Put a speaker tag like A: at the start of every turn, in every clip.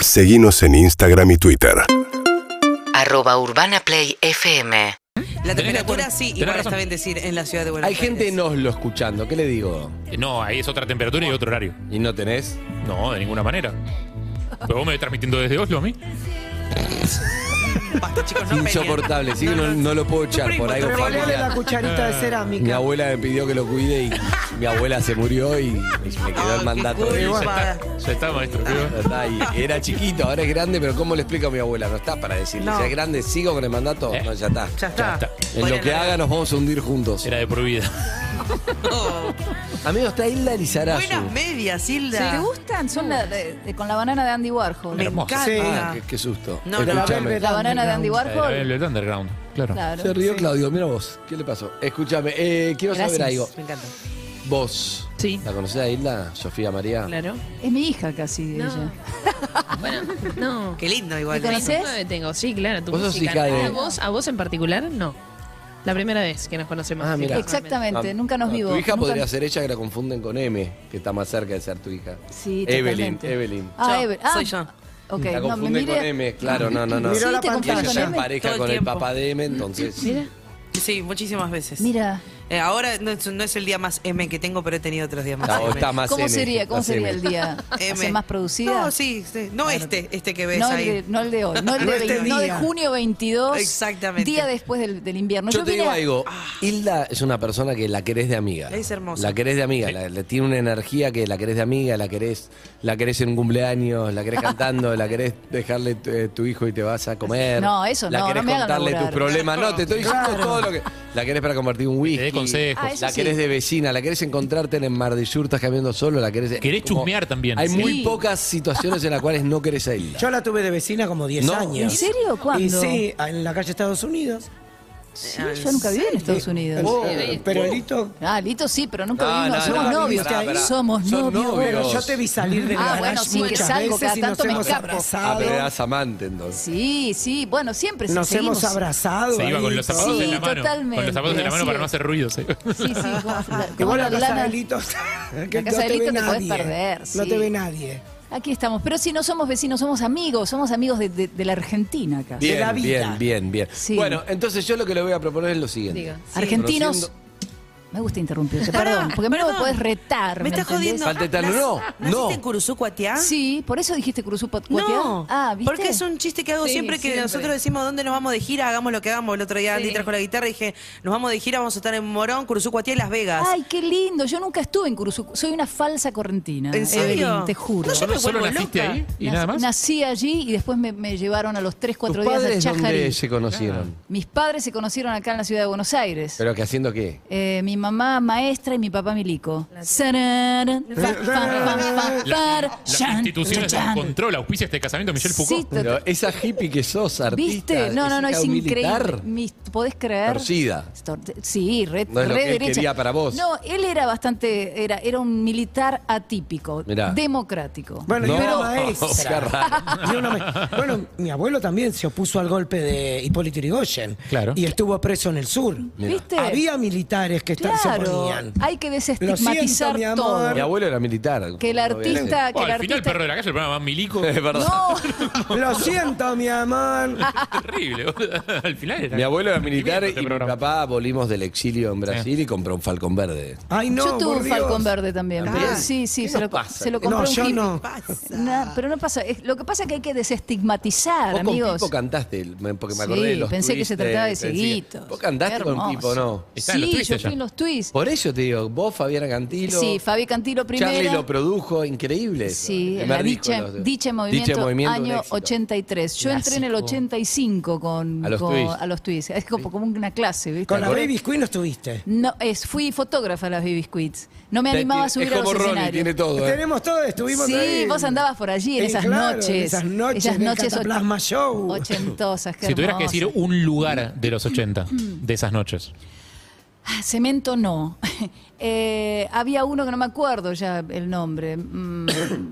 A: Seguimos en Instagram y Twitter.
B: Arroba Urbana Play FM.
C: La
D: Tenés
C: temperatura
D: razón.
C: sí,
D: Tenés
C: igual
D: razón.
C: está bendecir en la ciudad de Buenos
E: Hay
C: Aires.
E: gente en Oslo escuchando, ¿qué le digo?
D: Eh, No, ahí es otra temperatura y otro horario.
E: ¿Y no tenés?
D: No, de ninguna manera. Pero vos me ves transmitiendo desde Oslo a mí.
C: Basta, chicos, no peleen.
E: Insoportable, sí que no, no lo puedo echar por algo
F: Revolver la
E: familiar.
F: cucharita de
E: Mi
F: cerámica.
E: abuela me pidió que lo cuide y mi abuela se murió y me quedó
C: qué
E: el mandato.
C: culpa.
E: Y
D: Ya
E: bueno,
D: está, ya está, maestro.
G: Ah,
D: creo.
E: está ahí. Era chiquito, ahora es grande, pero ¿cómo le explico a mi abuela? No está para decirle.
F: No.
E: Si es grande, sigo con el mandato. No, ya está.
F: Ya
D: Ya
F: está.
D: está.
E: En lo que haga nos vamos a hundir juntos.
D: Era de por vida.
C: Oh,
E: Amigos, está Hilda Ah, Lizarazu.
C: Buenas medias, Hilda.
G: ¿Te gustan? Son la de- de- con la banana de Andy Warhol.
C: Me
D: Hermoso.
C: encanta. Eh,
F: Sí.
E: Ah, qué, qué susto.
C: No,
F: De la
E: Escúchame.
F: Velvet
G: La banana de Andy
F: Underground.
D: Era
G: Warhol.
D: El underground, claro.
G: Claro.
E: Se rió
G: Sí.
E: Claudio, mira vos. ¿Qué le pasó? Escúchame, eh, quiero saber
G: Gracias.
E: algo.
C: Me encanta.
E: Vos,
H: Sí.
E: ¿la conocés a Hilda? Sofía María.
H: Claro.
G: Es mi hija casi ella.
H: Bueno, no.
C: Qué lindo igual.
G: ¿Me conoces?
H: Nueve tengo, sí, claro. Tu
E: Vos sos
H: música.
E: hija de-
H: ¿A vos, a vos en particular? No. La primera vez que nos conocemos.
E: Ah, mira.
G: Exactamente,
E: Ah,
G: nunca nos
E: no,
G: vivo.
E: Tu hija
G: nunca-
E: podría ser ella que la confunden con M, que está más cerca de ser tu hija.
G: Sí,
E: Evelyn,
G: totalmente.
E: Evelyn.
G: Ah,
C: Yo,
G: Evelyn. Ah,
C: soy yo.
G: ok,
E: La
G: no, me
E: confunden
G: miré-
E: con M, claro, no, no, no.
G: Sí,
F: Miró la
G: te
E: Y
G: confundí
E: ella
F: pantalla.
G: con
E: se
G: M.
E: empareja
C: Todo el
E: con el
C: tiempo.
E: papá de M, entonces.
H: Mira.
C: Sí, muchísimas veces.
G: Mira,
C: Eh, ahora no es, no es el día más M que tengo, pero he tenido otros días más.
E: Está, o
C: M.
E: está más
G: ¿cómo
E: M,
G: sería, cómo
E: más
G: sería
E: M.
G: el día?
C: M.
G: ¿Hacía más producida?
C: No, sí, sí. no este, este que ves
G: No el,
C: ahí.
G: de, no el de hoy, no el
F: No
G: de,
F: este
G: vein- no de
F: día.
G: junio 22,
C: Exactamente.
G: día después del, del invierno.
E: Yo te
G: vine
E: digo
G: a-
E: algo, Hilda es una persona que la querés de amiga.
C: Es hermosa.
E: La querés de amiga, la- le tiene una energía que la querés de amiga, la querés, la querés en un cumpleaños, la querés cantando, la querés dejarle tu, eh, tu hijo y te vas a comer.
G: No, eso
E: La
G: no,
E: querés
G: no me hagan
E: contarle tus
G: laburar.
E: problemas. No, te estoy diciendo todo lo que. La querés para compartir un whisky.
D: dé consejos.
G: Ah, eso
E: la
G: sí.
E: querés de vecina, la querés encontrarte en el Mar de Sur, estás caminando solo, la querés. eh,
D: Querés chusmear también.
E: Hay
D: Sí.
E: muy pocas situaciones en las cuales no querés a Hilda.
F: Yo la tuve de vecina como 10
E: No.
F: años.
G: ¿En serio? ¿Cuándo?
F: Y sí, en la calle Estados Unidos.
G: Sí, yo nunca viví en Estados Unidos.
E: Vos-
F: Pero Lito,
G: Ah, Lito sí, pero nunca
E: No,
G: vivimos.
E: no,
G: somos
E: no,
G: novios.
E: pará, pará.
G: Somos
E: Son
G: novios.
E: novios.
F: pero yo te vi salir del
G: Ah,
F: garage
G: bueno, sí, que
F: muchas
G: salgo,
F: veces
G: cada
F: y nos
G: tanto me
F: hemos
G: escapo.
E: Ah,
F: abrazado.
E: pero eras amante entonces.
G: Sí, sí, bueno, siempre sí,
F: Nos
G: seguimos.
F: hemos abrazado.
D: Se iba
F: ahí
D: con los
F: todo.
D: zapatos
G: Sí,
D: en la mano. Con
G: totalmente,
D: los zapatos en la mano
G: así
D: para
G: es.
D: no hacer ruido. sí.
G: Sí, sí, con- con
F: Igual
G: la
F: la casa
G: lana.
F: de Lito, que
G: La casa
F: no
G: de
F: te ve
G: Lito te podés
F: nadie.
G: perder,
F: No
G: sí.
F: te ve nadie.
G: Aquí estamos, pero sí, no somos vecinos, somos amigos, somos amigos de, de- de la Argentina acá.
E: Bien,
F: de la vida.
E: bien, bien, bien.
G: Sí.
E: Bueno, entonces yo lo que le voy a proponer es lo siguiente.
H: Diga.
G: Argentinos.
E: Conociendo-
G: Me gusta interrumpirte,
C: Pará,
G: perdón, porque me
C: perdón.
G: podés retar.
C: Me estás
G: entendés?
C: jodiendo.
E: Falta de
C: ¿Nas-
E: no, no.
C: ¿Naciste en Curuzú, Cuatiá?
G: Sí, por eso dijiste Cruzú
C: No,
G: Ah, ¿viste?
C: porque es un chiste que hago
H: Sí,
C: siempre que
H: siempre.
C: nosotros decimos dónde nos vamos de gira, hagamos lo que hagamos. El otro día Andy
H: Sí.
C: trajo la guitarra y dije, nos vamos de gira, vamos a estar en Morón, Curuzú, Cuatiá y Las Vegas.
G: Ay, qué lindo. Yo nunca estuve en Curuzú. Soy una falsa correntina.
C: ¿En serio?
G: Evelyn, te juro.
C: No, yo me
D: ¿Solo- ¿Solo
C: vuelvo
D: naciste
C: loca.
D: ahí? ¿Y
G: Nac-
D: nada más?
G: Nací allí y después me, me llevaron a los 3, 4
E: ¿Tus
G: días a
E: padres dónde
G: Chajarí.
E: se conocieron?
F: Ah.
G: Mis padres se conocieron acá en la ciudad de Buenos Aires.
E: ¿Pero que haciendo qué?
G: Eh, mi mamá maestra y mi papá milico. Sararán, fa, fa, fa, fa,
D: La-
G: far,
D: Las
G: chan,
D: instituciones
G: chan.
D: control, auspicia este casamiento Michelle Foucault.
G: Sí,
E: Pero esa hippie que sos, artista.
G: ¿Viste? No, no, no, es
E: hija
G: increíble.
E: militar,
G: Mis- ¿Podés creer?
E: Torcida.
G: Tor- Sí, re,
E: No es lo
G: re
E: que él
G: derecha.
E: quería para vos.
G: No, él era bastante, era, era un militar atípico,
E: Mirá.
G: democrático.
F: Bueno, y
E: No,
F: una
E: qué
F: maestra.
E: raro.
F: Y una ma- bueno, mi abuelo también se opuso al golpe de Hipólito Yrigoyen.
D: Claro.
F: Y estuvo preso en el sur.
E: Mirá.
G: ¿Viste?
F: Había militares que esta- se
G: claro,
F: oponían.
G: hay que
F: Lo siento,
G: desestigmatizar
F: mi
G: todo.
F: amor.
E: Mi abuelo era militar.
G: Que el artista, que
D: Oh,
G: el
D: al final, el
G: artista.
D: perro de la calle, el programa más milico.
E: Es verdad.
G: No,
F: Lo siento, mi amor.
D: Terrible, boludo. Al final era.
E: Mi abuelo era militar y
D: Este
E: mi
D: programa.
E: papá volvimos del exilio en Brasil y compró un falcón verde.
F: Ay, no,
G: yo tuve
F: por
G: un
F: Dios.
G: Falcón Verde también.
E: ¿También?
G: pero Sí, sí,
E: Ah. ¿Qué
G: se
E: nos
G: lo,
E: pasa?
G: se lo compró
F: No,
G: un
F: yo
G: hippie.
F: no.
G: Nah, pero no pasa. es- lo que pasa es que hay que desestigmatizar,
E: Vos con
G: amigos.
E: Pipo cantaste, me- porque me
G: Sí,
E: acordé de los
G: pensé que se
E: twists,
G: trataba de
E: pensé-
G: seguitos.
E: Vos cantaste
G: Qué
E: con
G: hermoso.
E: Pipo, ¿no.
D: Está en los
G: sí,
D: twists
G: yo
D: ella.
G: fui en los twists.
E: Por eso te digo, vos, Fabiana Cantilo.
G: Sí, Fabi Cantilo primero.
E: Charlie lo produjo, increíble.
G: Sí,
E: El
G: en
E: primer
G: la
E: disco,
G: dicha,
E: los-
G: dicha en movimiento,
E: Dicha en Movimiento, un
G: año
E: éxito.
G: 83. Yo entré en el 85 con
E: A los
G: con-
E: Twist.
G: a los Twist. Es como, como una clase, ¿viste?
F: Con la Baby Queen no estuviste.
G: No, es, fui fotógrafa a las Baby Squids. No me
E: Te-
G: animaba a
E: tiene-
G: subir
E: es
G: a los
E: como Ronnie,
G: escenarios.
E: tiene todo. ¿eh?
F: Tenemos todo, estuvimos
G: Sí,
F: ahí.
G: vos andabas por allí en
F: Sí,
G: esas
F: claro,
G: noches.
F: en esas noches.
G: Esas noches och-
F: Plasma Show.
G: Ochentosas, qué
D: Si tuvieras que
G: hermoso.
D: decir un lugar de los 80, de esas noches.
G: Ah, Cemento no. Eh, había uno que no me acuerdo ya el nombre, mm,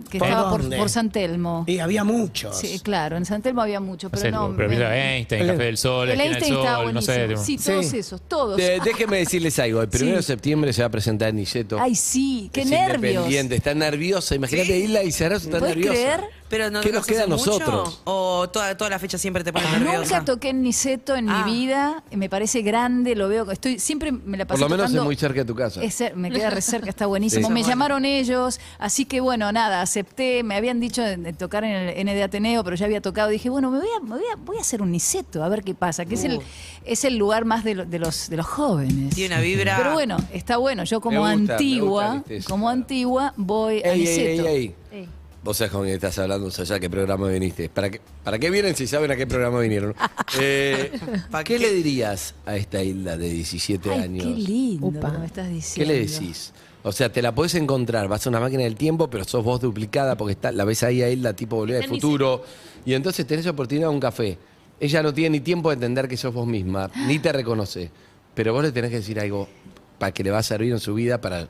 G: que
F: ¿Por
G: estaba por,
F: dónde?
G: por San Telmo.
F: Y había muchos.
G: Sí, claro, en San Telmo había mucho, pero
D: Pero,
G: no.
D: pero
G: me-
D: mira, Einstein,
F: el-
D: Café del Sol,
G: el
D: Esquina del
G: Einstein estaba
D: Sol, no
G: buenísimo.
D: sé. tipo,
G: sí, todos
F: Sí.
G: esos, todos.
E: Eh, déjenme decirles algo. El primero de septiembre se va a presentar Niceto.
G: Ah, Ay, sí, qué
E: Es
G: nervios.
E: Independiente, está nerviosa. Imagínate, Isla y Sarazo está
G: ¿Puedes
E: nerviosa.
G: creer?
C: Pero no
E: ¿Qué
C: te
E: nos
C: cansás
E: queda a
C: mucho?
E: nosotros?
C: ¿O toda, toda la fecha siempre te pones nerviosa?
G: Ah, Nunca toqué Niceto en
C: Ah.
G: mi vida, me parece grande, lo veo, estoy siempre me la
E: Por lo
G: paso
E: menos es
G: tocando-
E: muy cerca de tu casa.
G: Es cer- me queda re cerca, está buenísimo.
E: Sí.
G: Me llamaron ellos, así que bueno, nada, acepté. Me habían dicho de, de tocar en el N de Ateneo, pero ya había tocado. Dije, bueno, me voy a, me voy a, voy a hacer un niceto, a ver qué pasa, que es, el, es el lugar más de, lo- de los, de los jóvenes.
C: Tiene una vibra.
G: Pero bueno, está bueno. Yo como
E: Me gusta, me
G: antigua,
E: gusta, viste, eso,
G: como
E: claro.
G: antigua, voy a
E: Ey, ey,
G: niceto.
E: ey, ey. Vos sabés con quién estás hablando, o sea, ya qué programa viniste. ¿Para qué, ¿Para qué vienen si saben a qué programa vinieron? Eh,
C: ¿Pa'
E: ¿Qué
C: qué?
E: le dirías a esta Hilda de 17
G: Ay,
E: años?
G: qué lindo
H: Upa.
G: lo que me estás
E: ¿Qué
G: diciendo.
E: le decís? O sea, te la podés encontrar, vas a una máquina del tiempo, pero sos vos duplicada porque está, la ves ahí a Hilda, tipo volver al
H: Tenés-
E: futuro. Y entonces tenés oportunidad a un café. Ella no tiene ni tiempo de entender que sos vos misma, ni te reconoce. Pero vos le tenés que decir algo para que le va a servir en su vida para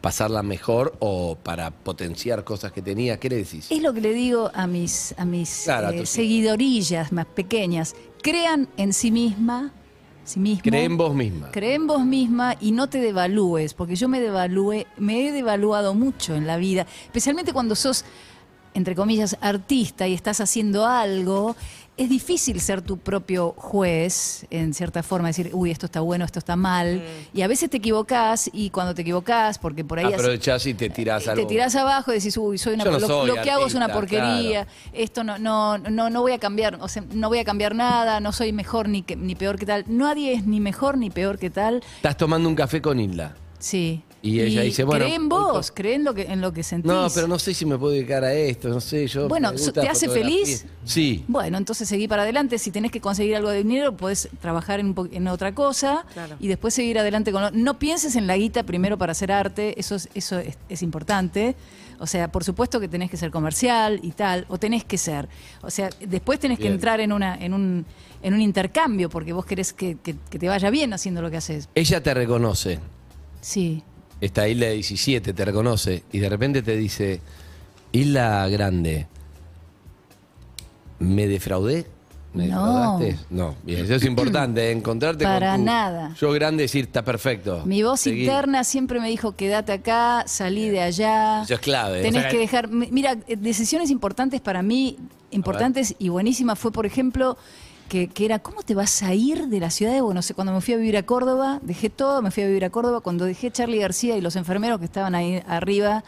E: pasarla mejor o para potenciar cosas que tenía. ¿Qué le decís?
G: Es lo que le digo a mis, a mis
E: Claro, a
G: eh,
E: tus hijos.
G: seguidorillas más pequeñas. Crean en sí misma, sí mismo.
E: Cree en vos misma.
G: Cree en vos misma y no te devalúes, porque yo me devalué, me he devaluado mucho en la vida, especialmente cuando sos, entre comillas, artista y estás haciendo algo. Es difícil ser tu propio juez, en cierta forma, decir, uy, esto está bueno, esto está mal. Y a veces te equivocás, y cuando te equivocás, porque por ahí
E: Ah,
G: haces-
E: Aprovechás y te tirás algo.
G: te tirás abajo y decís, uy, soy una
E: Yo no
G: lo,
E: soy
G: lo que hago es una
E: artista,
G: porquería, esto no, no, no, no voy a cambiar, o sea, no voy a cambiar nada, no soy mejor ni, que- ni peor que tal. Nadie es ni mejor ni peor que tal.
E: Estás tomando un café con Hilda.
G: Sí.
E: Y ella dice, bueno,
G: Cree en vos, cree en lo que, en lo que sentís.
E: No, pero no sé si me puedo dedicar a esto, no sé, yo...
G: Bueno,
E: me
G: so-
E: gusta
G: ¿te hace
E: fotografía.
G: feliz?
E: Sí.
G: Bueno, entonces seguí para adelante. Si tenés que conseguir algo de dinero, podés trabajar en, un po- en otra cosa
C: Claro.
G: y después seguir adelante con lo... No pienses en la guita primero para hacer arte, eso, es, eso es, es importante. O sea, por supuesto que tenés que ser comercial y tal, o tenés que ser. O sea, después tenés
E: Bien.
G: que entrar en, una, en, un, en un intercambio porque vos querés que, que- que te vaya bien haciendo lo que haces.
E: Ella te reconoce,
G: Sí.
E: esta isla de 17 te reconoce, y de repente te dice, Isla Grande, ¿me defraudé? ¿Me
G: No.
E: defraudaste? No, bien, eso es importante, ¿eh? encontrarte
G: Para
E: con tu
G: nada.
E: Yo grande decir, está perfecto.
G: Mi voz
E: Seguí".
G: interna siempre me dijo, quédate acá, salí de allá.
E: Eso es clave. ¿eh?
G: Tenés
D: O sea,
G: que dejar. mi- Mira, eh, decisiones importantes para mí, importantes y buenísimas, fue, por ejemplo, que, que era: ¿cómo te vas a ir de la ciudad de Buenos Aires? Cuando me fui a vivir a Córdoba, dejé todo, me fui a vivir a Córdoba. Cuando dejé Charlie García y los enfermeros que estaban ahí arriba,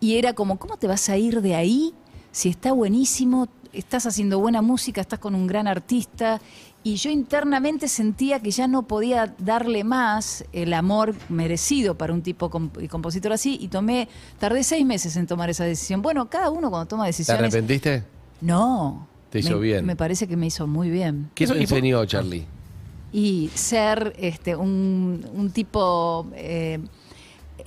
G: y era como: ¿cómo te vas a ir de ahí si está buenísimo? Estás haciendo buena música, estás con un gran artista. Y yo internamente sentía que ya no podía darle más el amor merecido para un tipo comp- y compositor así y tomé, tardé seis meses en tomar esa decisión. Bueno, cada uno cuando toma
E: ¿Te
G: decisiones...
E: arrepentiste?
G: No.
E: Te hizo
G: me,
E: bien.
G: Me parece que me hizo muy bien.
E: ¿Qué
D: Eso-
E: te
D: y por-
E: enseñó Charlie?
G: Y ser este, un, un tipo... eh,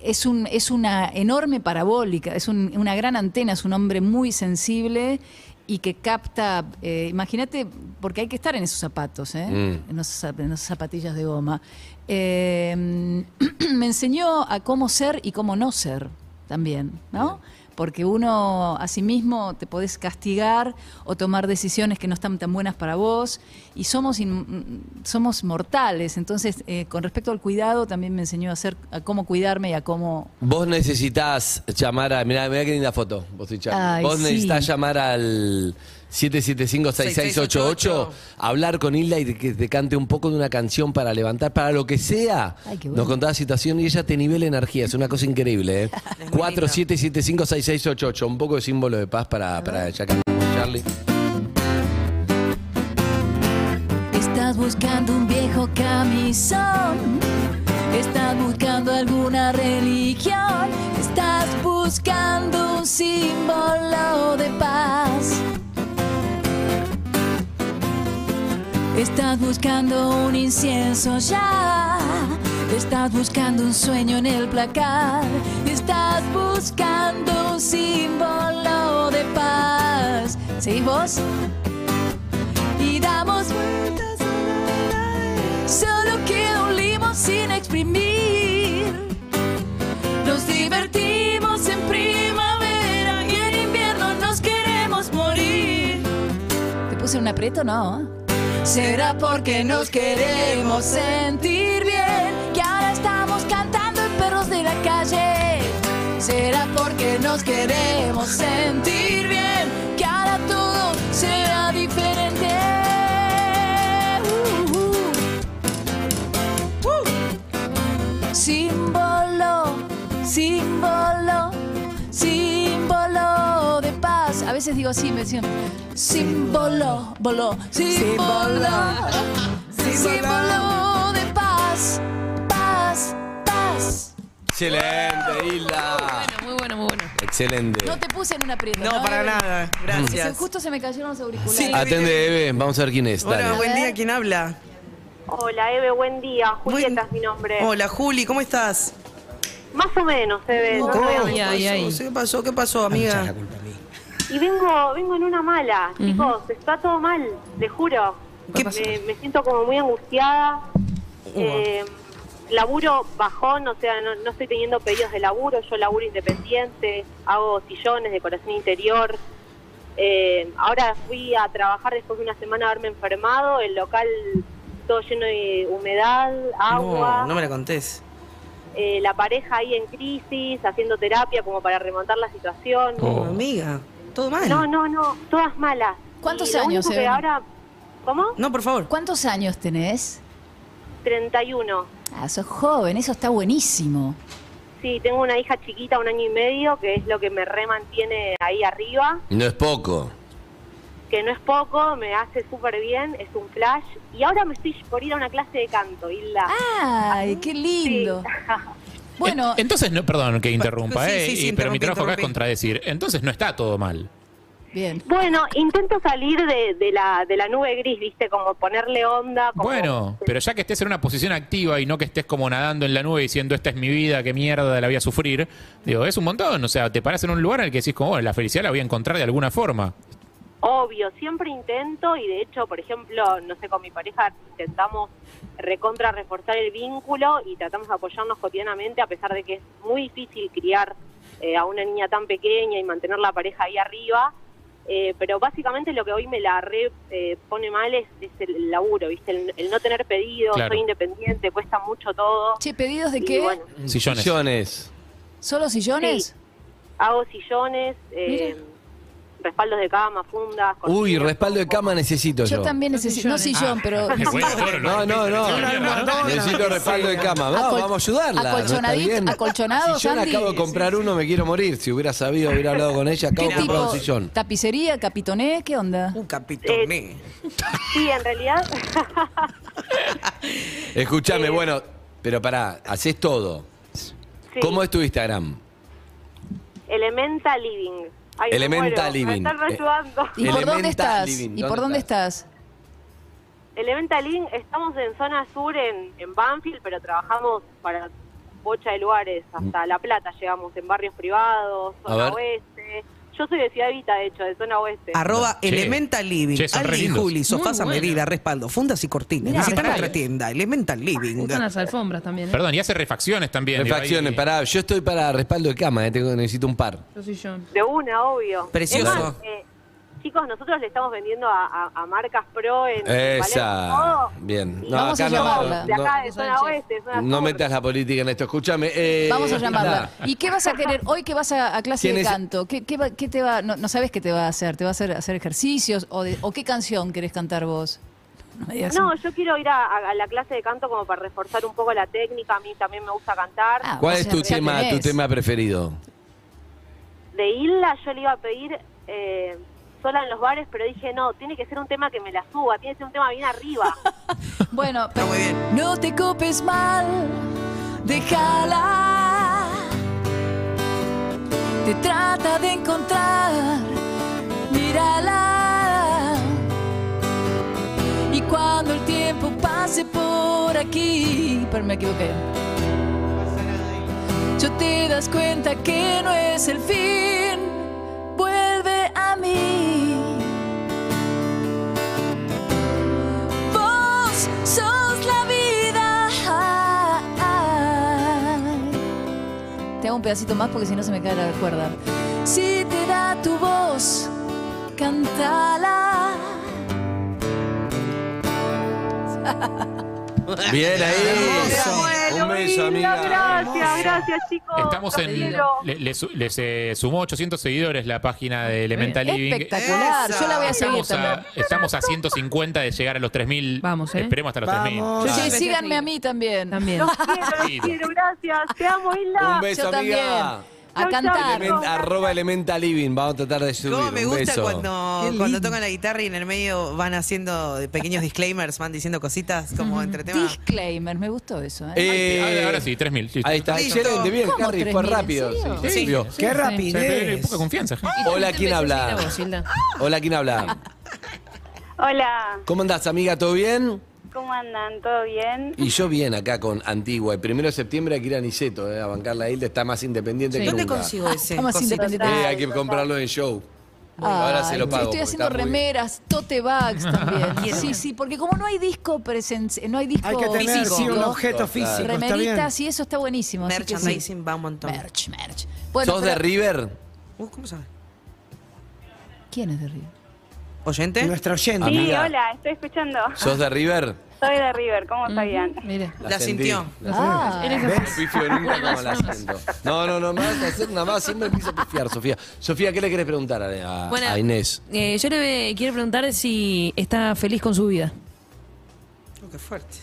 G: es, un, es una enorme parabólica, es un- una gran antena, es un hombre muy sensible y que capta, eh, imagínate, porque hay que estar en esos zapatos, ¿eh?
E: Mm.
G: en, esos zap- en esas zapatillas de goma. Eh, me enseñó a cómo ser y cómo no ser también, ¿no? Porque uno a sí mismo te podés castigar o tomar decisiones que no están tan buenas para vos y somos, in- somos mortales. Entonces, eh, con respecto al cuidado, también me enseñó a, hacer, a cómo cuidarme y a cómo
E: Vos necesitas llamar a. Mirá, mirá qué linda foto. Vos, y Charlie.
G: Ay,
E: Vos
G: sí.
E: necesitas llamar al 775-6688, hablar con Hilda y que te cante un poco de una canción para levantar, para lo que sea.
G: Ay, qué bueno.
E: Nos contaba situación y ella te nivela energía. Es una cosa increíble. ¿eh?
C: muy
E: 4775-6688. Un poco de símbolo de paz para, para ya que- Charlie.
G: Estás buscando un viejo camisón. Estás buscando alguna religión. Estás buscando un símbolo de paz. Estás buscando un incienso ya. Estás buscando un sueño en el placar. Estás buscando un símbolo de paz. ¿Seguís vos? y damos vueltas Solo queda un limo sin exprimir. Nos divertimos en primavera y en invierno nos queremos morir. ¿Te puse un aprieto? No. Será porque nos queremos sentir bien que ahora estamos cantando en perros de la calle. Será porque nos queremos sentir bien que Uh, Uh. digo así, me decían, símbolo, voló, símbolo, símbolo de paz, paz, paz.
E: Excelente, Hilda.
I: Bueno, muy bueno, muy bueno.
E: Excelente.
G: No te puse en una aprieto.
C: No, para
G: Eve?
C: nada.
G: Se-
C: Gracias.
G: justo se me cayeron los auriculares.
C: Sí.
E: Atende, Eve. Vamos a ver quién es.
C: Hola,
E: Dale.
C: buen día. ¿Quién habla?
J: Hola, Eve, buen día. Julieta
C: Buen-
J: es mi nombre.
C: Hola, Juli, ¿cómo estás?
J: Más o menos, Eve. Eh, no te voy a
C: ¿Cómo?
J: mentir.
I: ay, ay.
C: ¿Qué pasó? ¿Qué pasó,
F: Echar la
C: amiga?
F: culpa a mí.
J: Y vengo, vengo en una mala, chicos. Está todo mal, le juro.
C: ¿Qué pasó?
J: Me, me siento como muy angustiada. Eh, laburo bajón, o sea, no, no estoy teniendo pedidos de laburo. Yo laburo independiente, hago sillones, decoración interior. Eh, ahora fui a trabajar después de una semana de haberme enfermado. El local todo lleno de humedad, agua.
C: No, no me la contés.
J: eh, la pareja ahí en crisis, haciendo terapia como para remontar la situación.
D: Oh.
C: Amiga, todo mal.
J: No, no, no, todas malas.
G: ¿Cuántos
J: Y lo
G: años,
J: único que
G: Eve?
J: ahora, ¿Cómo?
C: No, por favor.
G: ¿Cuántos años tenés?
J: 31.
G: Ah, sos joven, eso está buenísimo.
J: Sí, tengo una hija chiquita, un año y medio, que es lo que me remantiene ahí arriba,
E: No es poco.
J: que no es poco, me hace súper bien, es un flash. Y ahora me estoy por ir a una clase de canto, Hilda.
G: Ah. Ay, qué lindo. Bueno,
D: En- Entonces, no, perdón que interrumpa,
C: Sí,
D: eh,
C: sí, sí,
D: y- pero mi
C: interrumpí,
D: trabajo acá es
C: interrumpí.
D: contradecir. Entonces no está todo mal.
G: bien.
J: Bueno, intento salir de, de la, de la nube gris, ¿viste? Como ponerle onda. Como
D: Bueno, pero ya que estés en una posición activa y no que estés como nadando en la nube diciendo esta es mi vida, qué mierda, la voy a sufrir, digo, es un montón. O sea, te paras en un lugar en el que decís, como, bueno, la felicidad la voy a encontrar de alguna forma.
J: Obvio, siempre intento y de hecho, por ejemplo, no sé, con mi pareja intentamos recontra reforzar el vínculo y tratamos de apoyarnos cotidianamente a pesar de que es muy difícil criar eh, a una niña tan pequeña y mantener la pareja ahí arriba. Eh, pero básicamente lo que hoy me la re, eh, pone mal es, es el laburo, ¿viste? El, el no tener pedido,
D: Claro.
J: soy independiente, cuesta mucho todo.
G: Che, ¿pedidos de
J: Y
G: qué?
J: bueno,
D: Sillones.
E: Sillones.
G: ¿Solo sillones?
J: Sí. hago sillones, eh, respaldos de cama, fundas.
E: Uy,
J: cortinas,
E: respaldo de
J: todo.
E: cama necesito yo. Ah,
G: Yo también necesito, no sillón, pero
D: Me voy de toro,
E: No, no, no.
D: me voy de toro.
E: Necesito respaldo de cama.
G: Acol-
E: Vamos, vamos a ayudarla. ¿no está
G: acolchonadito-
E: bien?
G: acolchonado,
E: Sillón,
G: Sandy.
E: acabo de comprar uno, me quiero morir. Si hubiera sabido, hubiera hablado con ella, acabo
G: ¿qué
E: de comprar
G: tipo?
E: un sillón.
G: ¿Tapicería, capitoné? ¿Qué onda?
C: Un
J: Eh,
C: capitón. me.
J: Sí, en realidad.
G: Eh.
E: Escúchame, bueno, pero pará, haces todo.
J: sí.
E: ¿Cómo es tu Instagram?
J: Elemental Living. Ay, me
E: Elemental
J: muero,
E: Living.
J: Me están
E: Eh,
J: ayudando.
G: ¿Y por dónde
E: Elemental
G: estás?
E: living,
G: ¿Y
E: ¿dónde
G: por dónde estás?
J: Elemental Living, estamos en zona sur, en, en Banfield, pero trabajamos para bocha de lugares. Hasta La Plata llegamos, en barrios privados,
E: Mm. A
J: zona
E: ver.
J: oeste. Yo soy de Ciudad Vita, de hecho, de zona oeste.
C: Arroba
D: Che.
C: Elemental Living.
D: Che, son re
C: Ali y
D: lindos.
C: Juli, sofás
I: Muy
C: a
I: bueno.
C: medida, respaldo, fundas y cortinas.
G: Mirá,
C: Visita
I: respaldo.
C: nuestra tienda, Elemental Living.
I: Gustan las alfombras también. ¿eh?
D: Perdón, y hace refacciones también. digo,
E: Refacciones,
D: ahí-
E: pará, yo estoy para respaldo de cama, eh, tengo- necesito un par.
I: Yo soy John.
J: De una, obvio.
C: Precioso.
J: Es más, eh, chicos, nosotros le estamos vendiendo a, a- a marcas pro en. en
E: Esa.
J: Palermo, todo.
E: Bien. No,
G: Vamos a
E: acá no,
G: llamarla.
J: De acá, de
E: no,
J: zona oeste, zona
E: no
J: sur.
E: metas la política en esto. Escúchame. eh,
G: Vamos a llamarla.
E: nada.
G: ¿Y qué vas a querer hoy que vas a, a clase
E: ¿Quién
G: de
E: es?
G: canto? ¿Qué, qué va- qué te va, no, no sabes qué te va a hacer? ¿Te va a hacer hacer ejercicios? ¿O, de- o qué canción querés cantar vos? No, me digas.
J: No, yo quiero ir a, a- a la clase de canto como para reforzar un poco la técnica. A mí también me gusta cantar.
G: Ah,
E: ¿Cuál
G: o
E: es
G: sea,
E: tu
G: ya
E: tema, tu
G: tenés.
E: tema preferido?
J: de Isla yo le iba a pedir eh, sola en los bares, pero dije, no, tiene que ser un tema que me la suba, tiene que ser un tema bien arriba.
G: Bueno,
C: Está muy bien.
G: No te copes mal, déjala. Te trata de encontrar, mírala. Y cuando el tiempo pase por aquí, pero me equivoqué. Yo te das cuenta que no es el fin, vuelve a mí. Vos sos la vida. Te hago un pedacito más porque si no se me cae la cuerda. Si te da tu voz, cantala.
E: Bien ahí.
J: Bueno,
E: Un beso,
J: linda,
E: amiga.
J: gracias, gracias chicos.
D: Estamos
J: Los
D: en.
J: quiero.
D: Le, le su- le se sumó 800 seguidores la página de Elemental Living.
G: Espectacular.
C: Esa.
G: Yo la voy a seguir
D: Estamos
G: también.
D: a, estamos a 150 de llegar a los 3.000.
I: Vamos, ¿eh?
D: Esperemos hasta los
F: Vamos.
D: 3.000.
G: Sí,
I: Yo sí,
G: síganme a mí también.
I: También.
J: Los quiero, los quiero, gracias. Te amo, Isla.
E: Un beso,
G: Yo también.
E: amiga.
G: a cantar.
E: Element- arroba Elementa Living. Vamos a tratar de subir.
C: ¿Cómo me
E: Un
C: gusta
E: beso.
C: cuando,
F: Qué
C: cuando
F: lindo.
C: tocan la guitarra y en el medio van haciendo de pequeños disclaimers, van diciendo cositas como entre temas?
G: Disclaimer, me gustó eso. ¿eh?
E: Eh,
D: ahora, ahora sí, 3.000. listo.
E: Ahí está,
C: Listo.
E: excelente, bien,
G: ¿Cómo
E: Harry,
G: tres
E: fue
G: mil?
E: rápido.
G: ¿En serio?
E: Sí,
D: Sí.
E: subió.
F: ¡Qué
D: O sea, tenés
F: rapidez!
D: poca confianza. gente.
E: Hola, ¿quién habla?
K: A vos, Hilda.
E: Hola, ¿quién habla?
J: Hola,
E: ¿Cómo andás, amiga? ¿Todo bien?
J: ¿cómo andan? ¿Todo bien?
E: Y yo bien acá con Antigua. El primero de septiembre hay que ir a Niceto, eh, a bancar la isla, está más independiente
K: Sí.
E: que
C: ¿Dónde
E: nunca.
C: consigo ese?
G: Estamos
C: cosito?
G: independientes.
E: Eh, hay que comprarlo en show. Ahora se lo
G: Ay,
E: pago.
G: Estoy
E: porque
G: haciendo
E: está muy bien.
G: remeras, tote bags también. sí, sí, porque como no hay disco presencial, no hay disco
F: Hay que tener
G: físico,
F: sí, un objeto
E: Claro.
F: físico, está bien.
G: remeritas y eso está buenísimo. así que sí.
C: Merchandising va un montón.
G: Merch, merch. Bueno,
E: ¿Sos de
G: pero-
E: River?
C: Uh, ¿Cómo sabes?
G: ¿Quién es de Río?
C: ¿Oyente?
F: Nuestro oyente.
J: Sí,
E: Amiga.
J: hola, estoy escuchando.
E: ¿Sos de River?
J: Soy de River, ¿cómo estarían?
K: Mira.
C: La
E: sentí.
C: sintió.
G: Ah,
K: Él es de-
E: No pifio nunca como la siento. No, no, no, me vas a hacer nada más, siempre empiezo a pifiar, Sofía. Sofía, ¿qué le querés preguntar a, a-
L: Bueno,
E: a Inés?
L: Eh, yo le quiero preguntar si está feliz con su vida.
C: Oh, qué fuerte.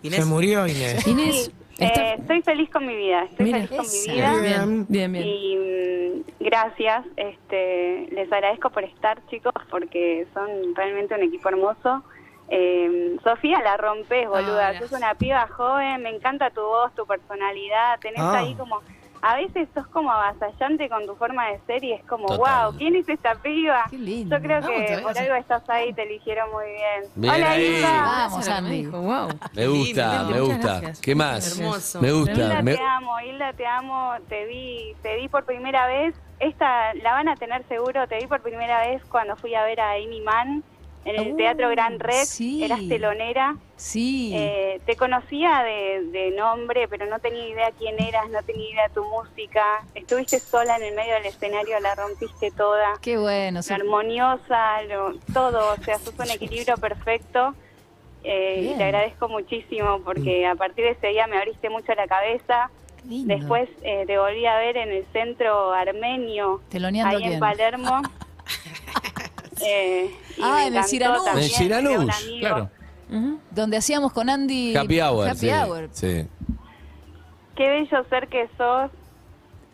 F: Se
C: Inés,
F: murió Inés.
L: Inés, está-
J: Eh, estoy feliz con mi vida, estoy
L: Mira.
J: feliz con
G: Esa.
J: mi vida.
L: bien, bien, bien.
J: Y mm, gracias, este, les agradezco por estar, chicos, porque son realmente un equipo hermoso. Eh, Sofía, la rompes, boluda.
L: Ahora.
J: Sos una piba joven, me encanta tu voz, tu personalidad. Tenés
F: Ah.
J: ahí como. A veces sos como avasallante con tu forma de ser y es como,
E: Total.
J: wow, ¿quién es esta piba?
G: Qué lindo.
J: Yo creo
K: Vamos,
J: que
K: todavía
J: por
K: sí.
J: algo estás ahí, te eligieron muy bien.
E: Bien
J: Hola,
E: ahí.
J: Isa.
G: Ah, Vamos,
K: Esa era la que
G: Andy.
K: me dijo, Wow.
E: Me gusta,
K: lindo,
E: me
K: muchas
E: gusta.
K: gracias.
E: ¿Qué más?
C: Hermoso.
E: Me gusta.
J: Hilda,
E: me-
J: te amo, Hilda, te amo, te vi, te vi por primera vez, esta la van a tener seguro, te vi por primera vez cuando fui a ver a Amy Mann en el
G: Uh,
J: Teatro Gran Red,
G: sí.
J: eras telonera,
G: Sí.
J: eh, te conocía de, de nombre, pero no tenía idea quién eras, no tenía idea tu música, estuviste sola en el medio del escenario, la rompiste toda,
G: Qué bueno.
J: lo
G: Sofía.
J: armoniosa, lo- todo, o sea, sos un equilibrio perfecto. eh, y
G: Bien. Mm.
J: te agradezco muchísimo porque a partir de ese día me abriste mucho la cabeza.
G: Qué lindo.
J: Después eh, te volví a ver en el centro armenio,
G: Teloneando
J: ahí
G: a quién.
J: en Palermo. Eh, y
G: Ah, en
J: me
G: el
J: encantó
G: Ciranush.
E: En
J: también,
E: el Ciranush,
J: un amigo.
D: Claro.
G: Donde hacíamos con Andy.
E: Happy hour.
G: Happy
E: sí,
G: hour.
E: sí.
J: Qué bello ser que sos.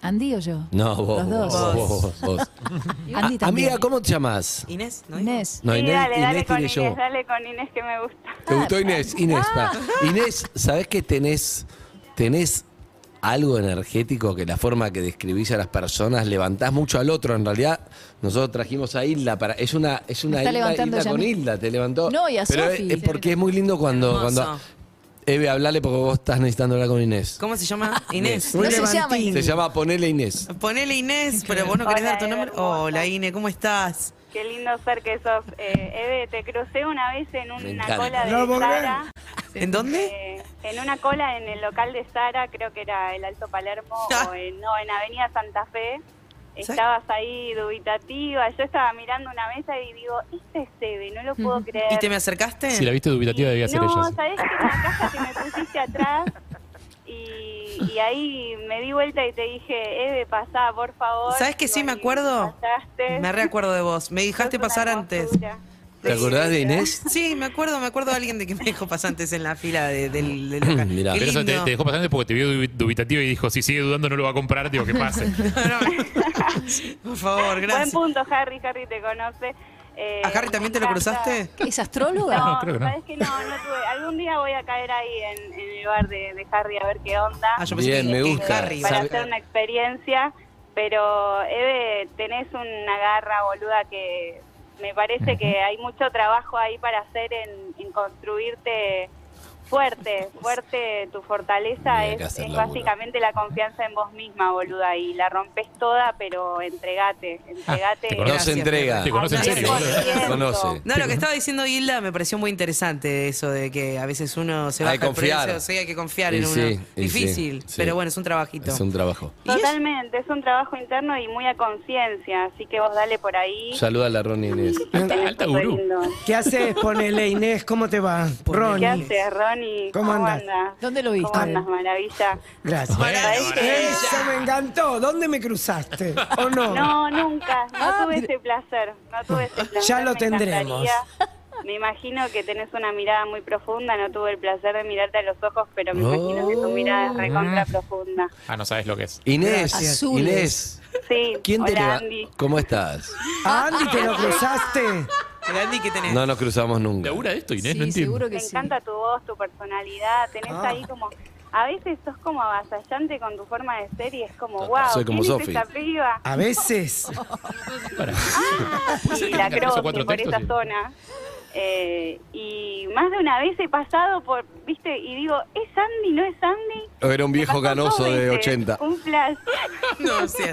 G: Andy o yo.
E: No, vos.
G: Los dos.
E: vos, vos, vos, vos.
G: Andy
E: Ah,
G: también.
E: Amiga, ¿cómo te llamas?
C: Inés, ¿no? dijo?
G: Inés.
E: No,
J: sí,
E: Inés,
J: dale, dale
E: Inés
J: con
E: tiré
J: Inés,
E: yo.
J: dale con Inés que me gusta.
E: ¿Te gustó Inés? Inés,
G: Ah.
E: pa. Inés, ¿sabés que tenés, tenés algo energético que la forma que describís a las personas levantás mucho al otro? En realidad, nosotros trajimos a Hilda para. Es una, es una
G: Me está
E: Hilda,
G: levantando
E: Hilda
G: ya a
E: con
G: mí.
E: Hilda, te levantó.
G: No, y a
E: Pero
G: Sofi.
E: es- es porque es muy lindo cuando.
C: Hermoso.
E: cuando Eve, hablale porque vos estás necesitando hablar con Inés.
C: ¿Cómo se llama? Inés.
G: No
F: Muy
G: se llama
F: levantín.
E: Se llama Ponele Inés.
C: Ponele Inés, pero vos no querés
J: Hola,
C: dar tu
J: Eve,
C: nombre.
J: hermosa.
C: Hola, Ine, ¿cómo estás?
J: Qué lindo ser que sos. Eh, Eve, te crucé una vez en una
E: encanta.
J: cola de
F: No, volvé.
J: Sara.
C: ¿En dónde?
J: Eh, en una cola en el local de Sara, creo que era el Alto Palermo, o en, no, en Avenida Santa Fe. Estabas ahí dubitativa, yo estaba mirando una mesa y digo, este es Eve, no lo puedo creer.
C: ¿Y te me acercaste?
D: Si la viste dubitativa, debía ser
J: no,
D: ella. sí.
J: sabés que en la caja que me pusiste atrás y, y ahí me di vuelta y te dije, Eve, pasá, por favor.
C: ¿Sabes que sí
J: Y
C: me acuerdo?
J: pasaste.
C: Me reacuerdo de vos. Me
J: Sos
C: dejaste
J: una
C: pasar antes.
J: hermosura.
E: ¿Te acordás de Inés?
C: Sí, me acuerdo, me acuerdo de alguien de que me dejó pasar antes en la fila de- del, del local.
E: Mirá.
C: Qué
D: Pero eso te,
C: lindo.
D: te dejó pasando porque te vio dubi- dubitativa y dijo, si sigue dudando no lo va a comprar, digo, que pase.
C: Por favor,
J: Buen
C: gracias.
J: punto, Harry, Harry te conoce. Eh,
C: ¿A Harry también
J: me
C: te lo
J: encanta.
C: cruzaste?
G: ¿Es astróloga?
J: No,
D: creo que no.
J: sabes que no, no tuve. Algún día voy a caer ahí en, en el bar de, de Harry a ver qué onda.
C: Ah, yo pensé
E: Bien,
C: que-
E: me
C: que
E: gusta.
C: Harry.
J: para
E: Sabe-
J: hacer una experiencia. Pero, Eve, tenés una garra, boluda, que me parece que hay mucho trabajo ahí para hacer en, en construirte fuerte. Fuerte, tu fortaleza
E: Tenía que
J: es,
E: hacer
J: es
E: laburo.
J: básicamente la confianza en vos misma, boluda. Y la rompes toda, pero entregate. Entregate.
D: te
E: No
D: conozco.
E: se
C: Gracias,
E: entrega.
D: Te conoce en serio,
J: boludo.
E: Conoce.
C: No, lo que estaba diciendo Hilda me pareció muy interesante eso de que a veces uno se
E: Hay
C: baja
E: que
C: el
E: confiar.
C: precio, sí, hay que confiar
E: Y
C: en
E: sí,
C: uno.
E: y
C: Difícil,
E: sí, sí.
C: pero bueno, es un trabajito.
E: Es un trabajo.
C: ¿Y ella?
J: Totalmente, es un trabajo interno y muy a conciencia, así que vos dale por ahí.
E: Saluda a la Ronnie Inés.
D: Alta, alta
J: Súper
D: gurú.
J: lindo.
F: ¿Qué haces? Ponele Inés, ¿cómo te va?
J: ¿Qué
F: Ronnie.
J: haces, Ronnie?
F: ¿Cómo andás?
J: andás?
G: ¿Dónde lo viste?
J: ¿Cómo andas, maravilla?
F: Gracias.
D: Bueno,
J: ¿Sabés que-
F: Eso me encantó. ¿Dónde me cruzaste? ¿O no?
G: Ah,
J: No, nunca, no tuve ese placer, no tuve ese placer.
F: Ya lo
J: me
F: tendremos.
J: encantaría. Me imagino que tenés una mirada muy profunda, no tuve el placer de mirarte a los ojos, pero me imagino que tu mirada es recontra profunda.
D: Ah, no sabes lo que es.
E: Inés,
J: Gracias.
E: Azules. Inés.
J: Sí,
E: ¿Quién te
J: hola,
E: leva-
J: Andy.
E: ¿Cómo estás?
F: ¡Ah, Andy, te lo cruzaste!
C: Andy, ¿qué tenés?
E: No nos cruzamos nunca.
D: ¿Laura de esto, Inés?
J: Sí,
D: no entiendo.
J: me encanta tu voz, tu personalidad, tenés ahí como... A veces sos como avasallante con tu forma de ser y es como, wow,
E: Ah, Soy como
J: ¿quién es
E: Sofi.
J: esta piba?
F: A veces.
J: y
F: que tenga
J: la
F: tres o
J: Croce,
F: cuatro
J: por
F: textos,
J: esa
F: sí.
J: zona. Eh, y más de una vez he pasado por, viste, y digo, ¿es Andy? ¿No es Andy?
E: Era un viejo ganoso de 80.
J: Un flash.
C: No, sí,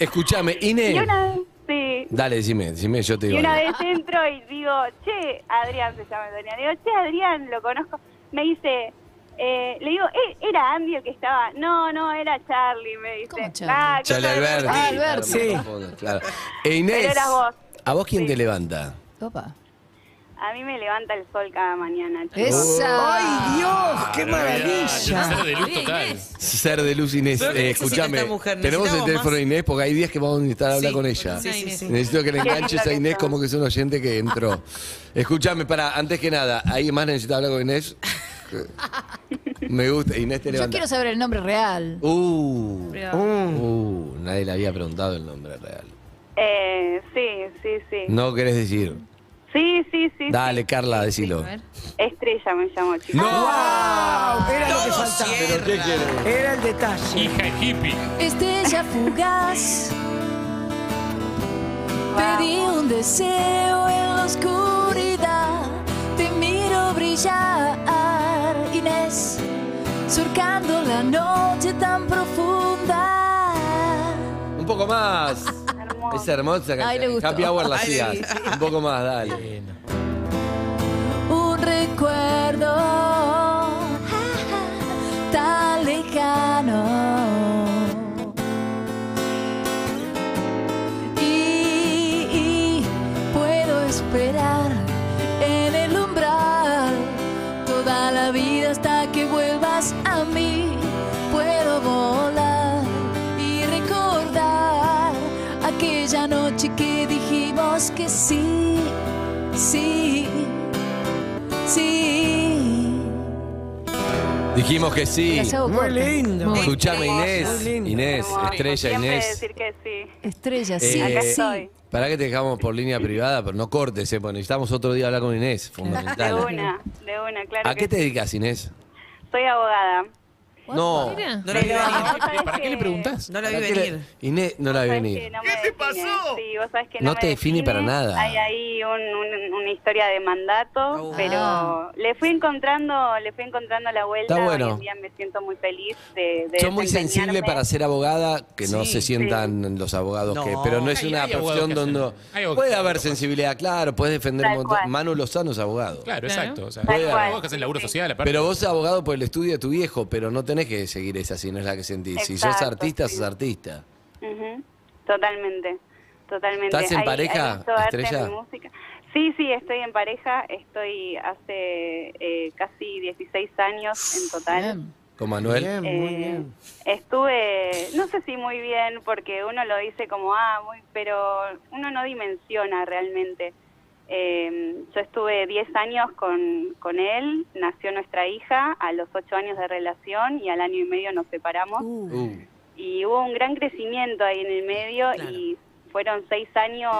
E: Escúchame,
J: Y
E: Inés.
J: una vez, sí.
E: Dale, decime, decime, yo te
J: Y
E: digo.
J: una
E: algo.
J: vez entro y digo, che, Adrián se llama Doña. Digo, che, Adrián, lo conozco. Me dice, eh, le digo, "Eh, ¿era Andy el que estaba? No, no, era Charlie, me dice. Ah, qué
E: Chale,
J: sorpresa.
E: Alberti. Claro, por favor, claro. E
J: Pero
E: Inés,
J: eras vos.
E: ¿a vos quién te levanta?
J: Ah, A mí me levanta el sol cada mañana. chicos.
E: Oh,
F: ¡Esa! ¡Ay, Dios! ¡Qué maravilla!
D: de luz total.
E: Ser de luz Inés,
F: Creo que
E: eh,
F: necesita
E: escúchame.
F: esta mujer,
E: Tenemos el
F: necesitamos
E: teléfono
F: más.
E: de Inés porque hay días que vamos a necesitar hablar con ella.
F: sí, sí, sí.
E: Necesito que le
F: Qué
E: enganches
F: linda
E: a
F: que
E: Inés
F: está.
E: como que es un oyente que entró. Escúchame, para, antes que nada, ¿alguien más necesita hablar con Inés? Me gusta, Inés te
G: Yo
E: levanta.
G: quiero saber el nombre real.
E: Uh,
G: Cuidado.
E: uh, nadie le había preguntado el nombre real.
J: Eh, sí, sí, sí.
E: No querés decir.
J: Sí, sí, sí.
E: Dale, Carla, decilo.
J: Estrella me llamó, chicos.
F: ¡No! Era lo que faltaba. Era el detalle.
D: Hija y hippie.
G: Estrella fugaz. Pedí un deseo en la oscuridad. Te miro brillar, Inés, surcando la noche tan profunda.
E: Un poco más. Es hermosa
G: Ay, le
E: canción.
G: gustó.
E: Happy Hour la
G: Ay, le
E: hacías. Un poco más, dale.
G: Un recuerdo ah, ah, tan lejano. y puedo esperar en el umbral toda la vida hasta que vuelvas a mí. Puedo volar y recordar aquella noche que dijimos que sí, sí, sí.
E: Dijimos que sí.
G: Las hago Muy cortas. lindo. Muy
E: Escuchame,
G: hermoso.
E: Inés.
G: Muy lindo.
E: Inés,
G: Hermoso.
E: estrella,
J: Siempre
E: Inés.
J: decir que sí.
G: Estrella, sí,
E: Eh,
G: sí.
E: Para que te dejamos por línea privada, pero no cortes, eh, porque necesitamos otro día hablar con Inés.
J: De
E: Fundamental.
J: una, de una, claro.
E: ¿A qué
J: que
E: te
J: sí.
E: dedicas, Inés?
J: Soy abogada.
E: No.
J: Mira.
E: No
J: la vi
D: Ah, ¿Para qué le preguntás?
C: No la
E: ¿Para qué le- Inés, no la vi venir.
J: ¿Qué te pasó? Sí, vos sabés que no,
E: No
J: me
E: te define para nada. Ah.
J: Hay ahí un- un- una historia de mandato, pero le fui encontrando, le fui encontrando la vuelta.
E: Está
J: Hoy
E: bueno.
J: en día me siento muy feliz de, de
E: Son muy sensibles
J: desempeñarme.
E: para ser abogada, que no
J: Sí,
E: se
J: sí.
E: sientan los abogados
D: No.
E: que, pero no es
D: Hay-
E: una
D: hay abogados
E: profesión
D: que hacen-
E: donde
D: hay abogados
E: puede
D: que
E: haber sensibilidad, claro, puedes defender un
J: Tal
E: montón.
J: cual.
E: Manu Lozano es abogado.
D: Claro, exacto. O sea,
E: Tal
D: hay
E: cual.
D: abogados que hacen laburo social, aparte.
E: Pero vos sos abogado por el estudio de tu viejo, pero no tenés que seguir esa si no es la que sentís. si sos
J: Exacto,
E: artista, sos artista.
J: Ujú, Totalmente, totalmente.
E: ¿Estás en
J: Hay-
E: pareja,
J: hay mucho arte en
E: Estrella?
J: mi música. Sí, sí, estoy en pareja. Estoy hace eh, casi 16 años en total.
E: Con Manuel.
J: Eh, Estuve, no sé si muy bien, porque uno lo dice como, ah, muy, pero uno no dimensiona realmente. Eh, yo estuve 10 años con, con él, nació nuestra hija, a los 8 años de relación y al año y medio nos separamos.
E: uh.
J: Y hubo un gran crecimiento ahí en el medio y fueron 6 años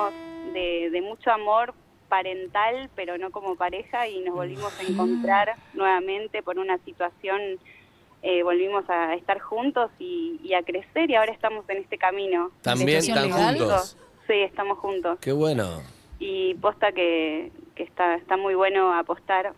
J: de, de mucho amor parental, pero no como pareja, y nos volvimos a encontrar nuevamente por una situación eh, volvimos a estar juntos y, y a crecer y ahora estamos en este camino.
E: También están juntos.
J: Sí, estamos juntos.
E: Qué bueno.
J: Y posta que, que está, está muy bueno apostar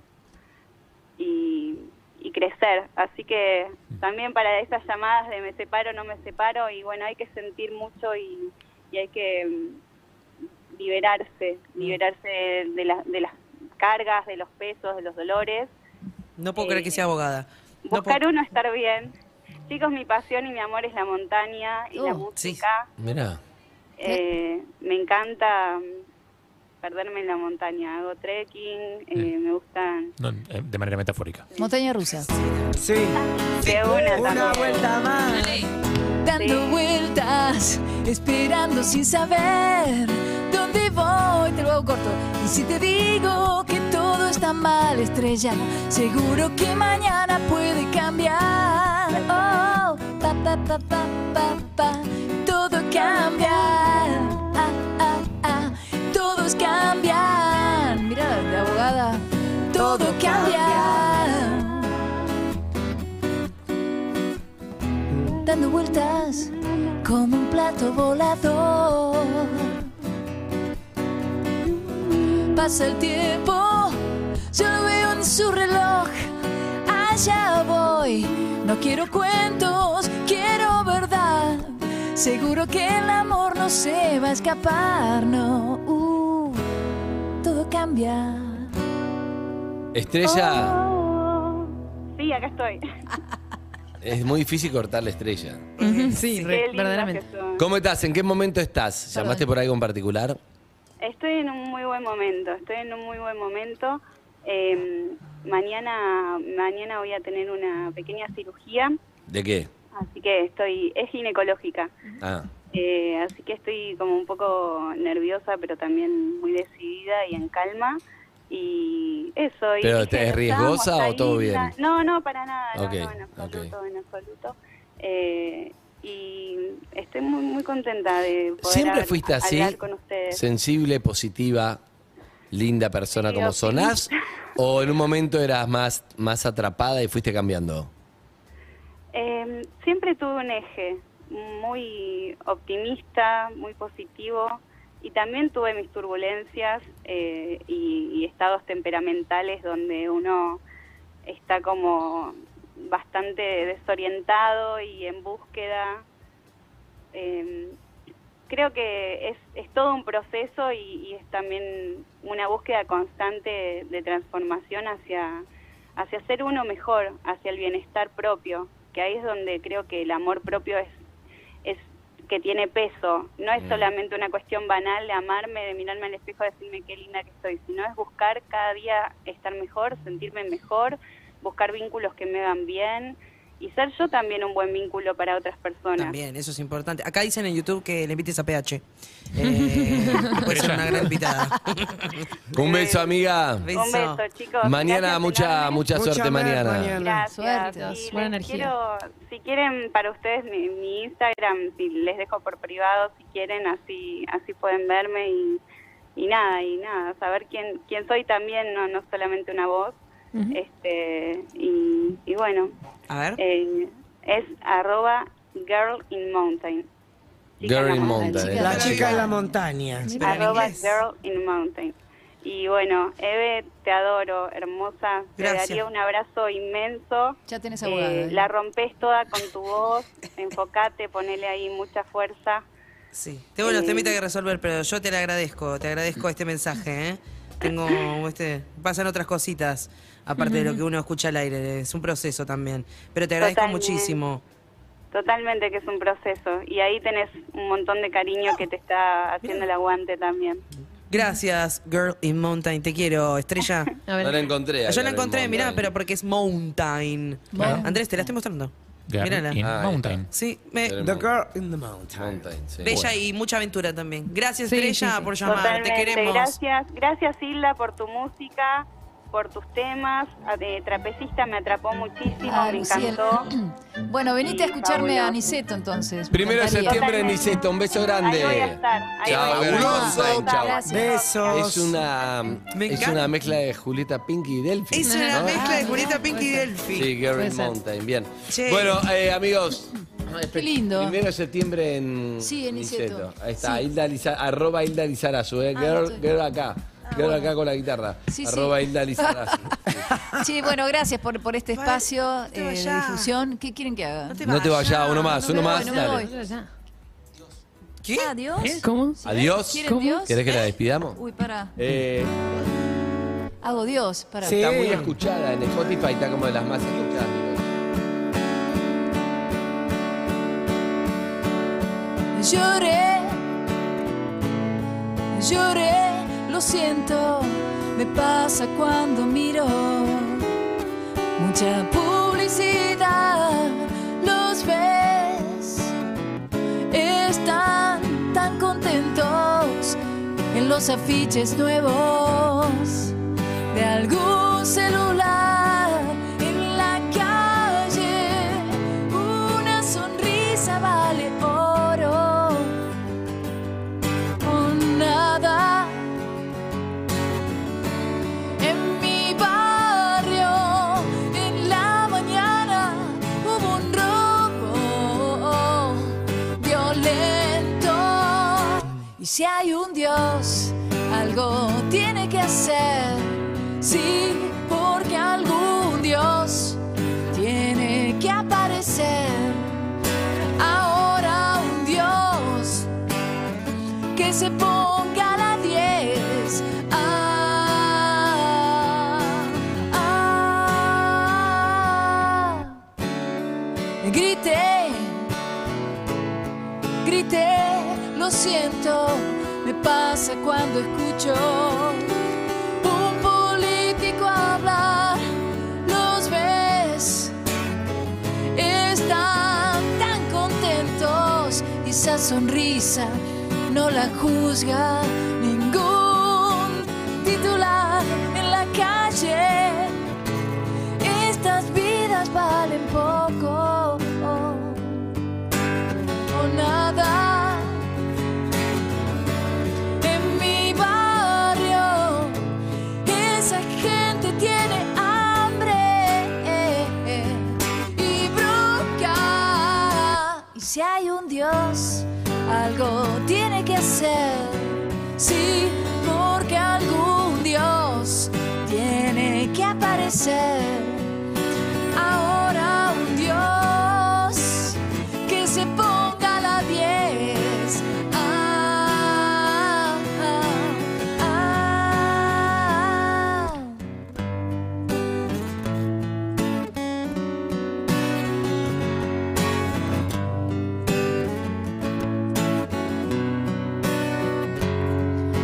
J: y, y crecer. Así que también para esas llamadas de me separo, no me separo, y bueno, hay que sentir mucho y, y hay que mm, liberarse, liberarse de, la- de las cargas, de los pesos, de los dolores
C: No puedo creer que sea abogada.
J: Buscar uno estar bien. Chicos, mi pasión y mi amor es la montaña y la música.
E: Mirá.
J: Eh, me encanta mm, perderme en la montaña. Hago trekking, eh, me gustan.
D: No, eh, de manera metafórica.
G: Montaña rusa.
F: Sí.
J: De una,
F: Una vuelta más.
G: Dando vueltas, esperando sin saber dónde voy, te lo hago corto. Y si te digo que todo está mal, estrella. Seguro que mañana puede cambiar. Oh, pa, pa, pa, pa, pa, pa, todo cambia. Ah, ah, ah, todos cambian. Mira, la abogada. Todo cambia. Dando vueltas como un plato volador. Pasa el tiempo, yo lo veo en su reloj. Allá voy, no quiero cuentos, quiero verdad. Seguro que el amor no se va a escapar, no. Uh, todo cambia.
E: Estrella,
J: Oh, Sí, acá estoy.
E: es muy difícil cortar la estrella.
H: Sí,
J: Qué
H: re-
J: lindas
H: verdaderamente.
J: que son.
E: ¿Cómo estás? ¿En qué momento estás? ¿Llamaste por algo en particular?
J: Estoy en un muy buen momento, estoy en un muy buen momento. Eh, mañana, mañana voy a tener una pequeña cirugía,
E: ¿De qué?
J: así que estoy, es ginecológica,
E: Ah,
J: Eh, así que estoy como un poco nerviosa, pero también muy decidida y en calma. Y eso. y
E: ¿Pero
J: dije,
E: te es
J: "Nos
E: riesgosa
J: vamos a
E: o todo
J: ir
E: bien?"
J: a- No, no, para nada, no,
E: Ok,
J: no, en absoluto, en absoluto. Eh, y estoy muy, muy contenta de poder
E: ¿Siempre
J: haber-
E: fuiste así?
J: hablar con ustedes.
E: Sensible, positiva, linda persona
J: Sí,
E: como
J: optimista.
E: sonás. ¿O en un momento eras más, más atrapada y fuiste cambiando?
J: Eh, siempre tuve un eje muy optimista, muy positivo y también tuve mis turbulencias eh, y, y estados temperamentales donde uno está como bastante desorientado y en búsqueda. Eh, creo que es, es todo un proceso y, y es también una búsqueda constante de, de transformación hacia, hacia ser uno mejor, hacia el bienestar propio, que ahí es donde creo que el amor propio es, es que tiene peso. No es
E: Mm.
J: solamente una cuestión banal de amarme, de mirarme al espejo y decirme qué linda que estoy, sino es buscar cada día estar mejor, sentirme mejor, buscar vínculos que me hagan bien y ser yo también un buen vínculo para otras personas.
C: También, eso es importante. Acá dicen en YouTube que le invites a PH. Eh, puede ser una gran invitada.
E: Un beso, amiga.
C: Beso.
J: Un beso, Eh, chicos.
E: Mañana
J: Gracias
E: mucha,
J: enormes.
E: mucha
F: Mucha
E: suerte
F: más
E: mañana.
F: mañana.
J: Gracias.
H: Suerte,
J: Y les
H: buena energía.
J: quiero- si quieren, para ustedes mi, mi Instagram, si les dejo por privado, si quieren, así así pueden verme y, y nada, y nada, saber quién quién soy también, no, no solamente una voz. este y, y bueno,
C: A ver.
J: eh, es arroba girl in mountain. Chica en la
E: Girl in
J: montaña.
E: Mountain.
F: La chica de la montaña.
C: Pero en
J: Arroba
C: inglés.
J: Girl in Mountain. Y bueno, Eve, te adoro, hermosa.
C: Gracias.
J: Te daría un abrazo inmenso.
G: Ya tenés abogada.
J: Eh,
G: ¿eh?
J: la rompes toda con tu voz. Enfocate, ponele ahí mucha fuerza.
C: Sí. Tengo
J: Eh.
C: unos temitas que resolver, pero yo te le agradezco, te agradezco este mensaje, ¿eh? Tengo este, pasan otras cositas, aparte de lo que uno escucha al aire, es un proceso también. Pero te agradezco
J: Totalmente.
C: muchísimo.
J: Totalmente que es un proceso. Y ahí tenés un montón de cariño que te está haciendo el aguante también.
C: Gracias, Girl in Mountain, te quiero, estrella.
H: A
E: No
H: ver,
E: la encontré. acá
C: Yo
E: en
C: la
E: el
C: encontré, mirá,
E: mountain.
C: pero porque es Mountain.
D: Claro.
C: Andrés, te la estoy mostrando.
D: Girl
C: Mírala.
D: in
E: Ah, ahí
D: Mountain.
C: Sí, me-
E: Pero-
F: The girl in the mountain.
E: Mountain, sí.
C: bella y mucha aventura también. Gracias,
H: Sí,
C: Estrella,
H: sí, sí.
C: por llamar, te queremos.
J: Gracias, gracias Hilda por tu música, por tus temas. A- eh, trapecista me atrapó muchísimo,
G: Ah,
J: me
G: Luciel.
J: encantó.
G: Bueno, venite a escucharme a
J: Fabuloso.
G: Niceto entonces. me
E: Primero de
G: encantaría.
E: septiembre en
J: Totalmente.
E: Niceto. Un beso
J: Ahí
E: grande.
J: voy a estar. Ahí
E: Chao,
J: voy a estar.
E: Fabuloso.
J: Vamos a
E: Chao.
J: estar.
E: Es
F: Besos.
E: una,
C: Me
E: es
C: encanta.
E: una mezcla de Julieta Pinky y Delphi.
C: Es una
E: ¿no?
C: mezcla de Julieta Pink y Delphi.
E: Sí, Girl
H: Puede
E: in
H: ser.
E: Mountain. Bien.
C: Che.
E: Bueno, eh, amigos.
G: Qué lindo.
E: Primero de septiembre en.
G: Sí, en Niceto.
E: Ahí está. Hilda Liza- arroba Hilda Lizarazu. Eh.
G: Ah,
E: Girl,
G: estoy- Ah,
E: girl acá. girl acá con la guitarra.
G: Sí, sí.
E: arroba Hilda Lizarazu.
G: Sí, bueno, gracias por, por este
C: Vale,
G: espacio
C: no te
G: eh, de
C: vayas.
G: difusión. ¿Qué quieren que haga?
E: No te vayas, uno más,
G: no
E: uno
G: me
E: más.
G: voy, no me
E: dale.
G: voy.
H: ya.
C: ¿Qué?
G: Adiós.
H: ¿Cómo?
E: Adiós.
G: ¿Quieren Dios?
E: ¿Querés que la despidamos?
G: Uy, para.
E: Eh,
G: Hago Dios. Para.
F: Sí.
E: Está muy escuchada en Spotify, está como de las más escuchadas. digo.
G: Lloré, lloré, lo siento, me pasa cuando miro mucha publicidad, los ves, están tan contentos en los afiches nuevos de algún celular en la calle. Una sonrisa vale oro o nada. En mi barrio, en la mañana, hubo un robo violento. Y si hay un Dios, algo tiene que hacer. Sí, porque algún Dios tiene que aparecer. Ahora un Dios que se ponga a la 10. Ah, ah. Grité, grité, lo siento, me pasa cuando escucho un político hablar, los ves, están tan contentos y esa sonrisa no la juzga ningún titular en la calle. Estas vidas valen poco o nada. En mi barrio, esa gente tiene hambre y bronca. Y si hay un Dios, algo tiene que hacer. Sí, porque algún Dios tiene que aparecer. Ahora un Dios que se ponga a la 10. Ah, ah, ah.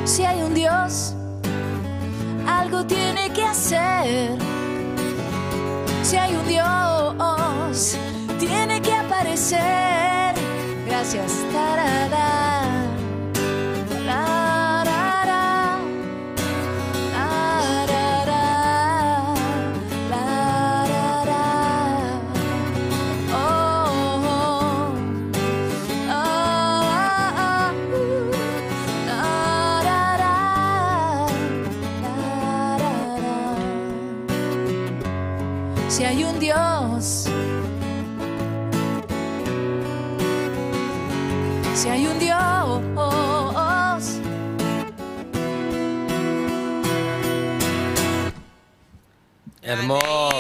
G: Si hay un Dios, algo tiene que hacer. Si hay un Dios, tiene que aparecer. Gracias. Tarara. Tarara. Tarara. Tarara. Oh, oh. Ah, ah, ah. Tarara. Tarara. Si hay un Dios, si hay un Dios.
E: Hermoso,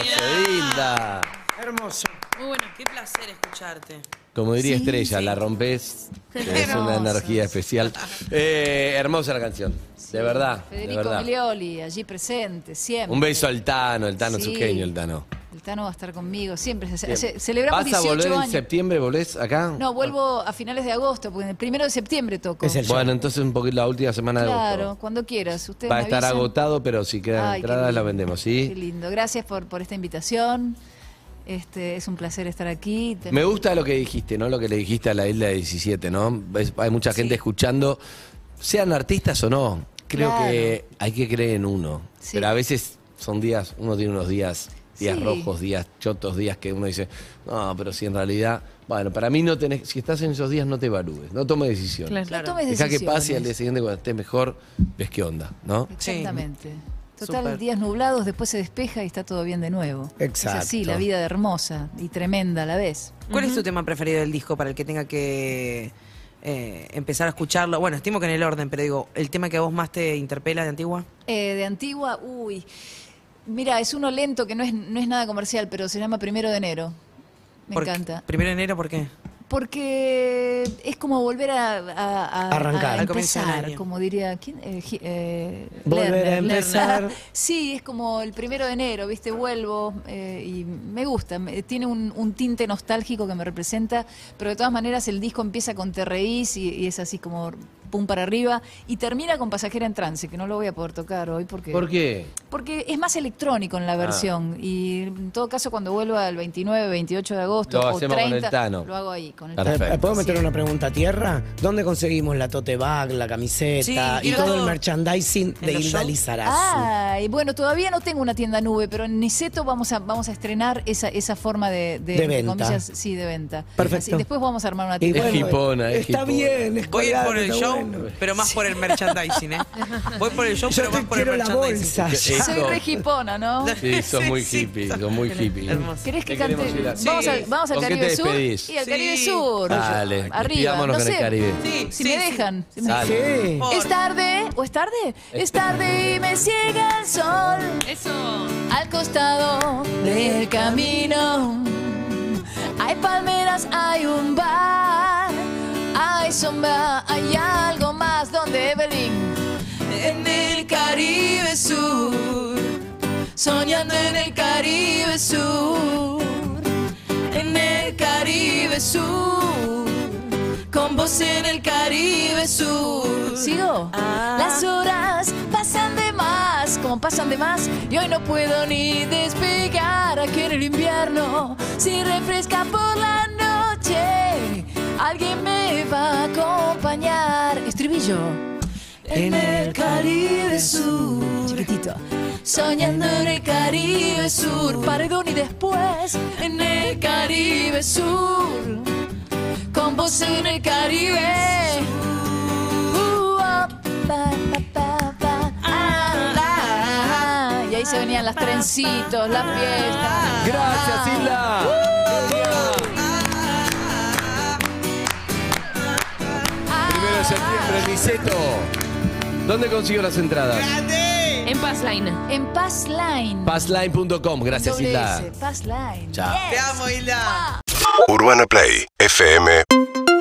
E: linda.
C: Hermoso. Muy bueno, qué placer escucharte.
E: Como diría Estrella, la rompes. Es una
C: Hermoso.
E: energía especial. Eh, hermosa la canción. De verdad. de
G: Federico
E: verdad.
G: Milioli, allí presente, siempre.
E: Un beso al Tano, el Tano es un
G: Sí.
E: genio, el Tano.
G: El Tano va a estar conmigo, siempre. Ce-
E: Bien.
G: ce- Celebramos
E: ¿Vas a
G: 18
E: volver en
G: años.
E: septiembre? ¿Volvés acá?
G: No, vuelvo a finales de agosto, porque en el primero de septiembre toco.
E: Bueno, entonces un poquito la última semana de agosto.
G: Claro, cuando quieras. Ustedes
E: Va a
G: me
E: estar
G: avisan.
E: agotado, pero si quedan
G: Ay, qué
E: entradas, la
G: lindo.
E: vendemos, ¿sí?
G: Qué lindo. Gracias por, por esta invitación. Este, es un placer estar aquí. Ten-
E: Me gusta lo que dijiste, ¿no? Lo que le dijiste a la isla 17, ¿no? Es- hay mucha gente escuchando, sean artistas o no. Creo
G: Claro.
E: que hay que creer en uno.
G: Sí.
E: Pero a veces son días, uno tiene unos días, días
G: Sí.
E: rojos, días chotos, días que uno dice, no, pero si en realidad, bueno, para mí no tenés, si estás en esos días no te evalúes, no tomes decisiones.
G: Claro, claro. No tomes
E: Dejá que
G: decisiones.
E: pase y al día siguiente cuando estés mejor, ves qué onda, ¿no?
G: Exactamente. Total,
E: Súper.
G: días nublados, después se despeja y está todo bien de nuevo.
E: Exacto.
G: Es así, la vida de hermosa y tremenda a la vez.
C: ¿Cuál es
G: Ujú.
C: tu tema preferido del disco para el que tenga que eh, empezar a escucharlo? Bueno, estimo que en el orden, pero digo, ¿el tema que a vos más te interpela de Antigua?
G: Eh, de Antigua, uy. Mira, es uno lento que no es, no es nada comercial, pero se llama Primero de Enero. Me
C: ¿Por qué?
G: encanta.
C: ¿Primero de enero por qué?
G: Porque es como volver a, a- a-
C: Arrancar.
G: a
C: Al comienzo del
G: empezar,
C: año.
G: como diría ¿quién? Eh, Gi- eh,
F: Volver a
G: Lerner,
F: empezar.
G: Lerner. Sí, es como el primero de enero, viste, vuelvo eh, y me gusta. me- Tiene un, un tinte nostálgico que me representa, pero de todas maneras el disco empieza con Te reís y, y es así como pum para arriba, y termina con Pasajera en Trance, que no lo voy a poder tocar hoy porque...
E: ¿Por qué?
G: Porque es más electrónico
E: Ah.
G: en la versión, y en todo caso cuando vuelva el 29, 28 de agosto
E: Lo
G: o
E: hacemos
G: 30,
E: con el Tano.
G: lo hago ahí, con el
E: Perfecto.
G: Tano.
F: ¿Puedo
G: Así
F: Eh, meter
G: es.
F: una pregunta a tierra? ¿Dónde conseguimos la tote bag, la camiseta
G: Sí,
F: y
G: quiero
F: todo,
G: todo.
F: el merchandising de
C: los
F: Hilda
C: shows? Ah,
F: Lizarazu?
G: Ay, bueno, todavía no tengo una tienda nube, pero en Niceto vamos a, vamos a estrenar esa, esa forma de,
F: De
G: entre
F: venta.
G: comillas, sí, de venta.
F: Perfecto.
G: Así, después vamos a armar una
F: Y
G: tienda.
E: Es
F: bueno,
E: jipona, es
F: Está
E: jipona.
F: bien, es
C: Voy a ir por
F: colgada,
C: el
F: está
C: show,
F: bueno.
C: pero más por el merchandising, ¿eh? Voy por el show,
F: Yo
C: pero más
F: te
C: por el
F: quiero la
C: merchandising.
F: bolsa.
E: Sí.
G: Soy
E: Eso.
G: re hipona, ¿no?
E: Sí, sos
C: Sí,
E: muy
C: sí.
E: hippie, sos muy hippie.
C: Hermoso.
G: ¿Querés que
E: Te queremos,
G: cante?
E: Hilda.
G: Vamos
C: Sí.
G: al, vamos al
E: ¿Con qué te
G: Caribe Sur
E: despedís?
G: y al
C: Sí.
G: Caribe Sur.
E: Dale,
G: arriba.
E: despidámonos con
G: No
E: el
G: sé,
E: Caribe.
C: Sí,
G: Si
C: sí,
G: me
C: sí.
G: dejan. Si me
E: Dale.
F: Sí.
C: Por-
G: ¿Es tarde o es tarde? Es tarde y me ciega el sol
H: Eso.
G: al costado del camino. Hay palmeras, hay un bar, hay sombra, hay algo más donde Evelyn. En el Caribe Sur, soñando en el Caribe Sur, en el Caribe Sur con vos en el Caribe Sur. Ah. Sigo. Las horas pasan de más, como pasan de más, y hoy no puedo ni despegar aquí en el invierno. Si refresca por la noche, alguien me va a acompañar. Estribillo. En el Caribe Sur. Chiquitito. Soñando en el Caribe Sur, paredón y después en el Caribe Sur con vos en el Caribe. Uh, ah, pa, pa, pa, pa, ah, la. Y ahí se venían las trencitos, las fiestas.
E: Gracias, Hilda. Primero de septiembre, Niceto. ¿Dónde consigo las entradas?
H: En Passline.
G: En Passline.
E: Passline.com. Gracias,
G: Doble
E: Hilda.
G: S, Passline.
E: Chao.
C: Te amo, Hilda.
A: Urbana Play fm.com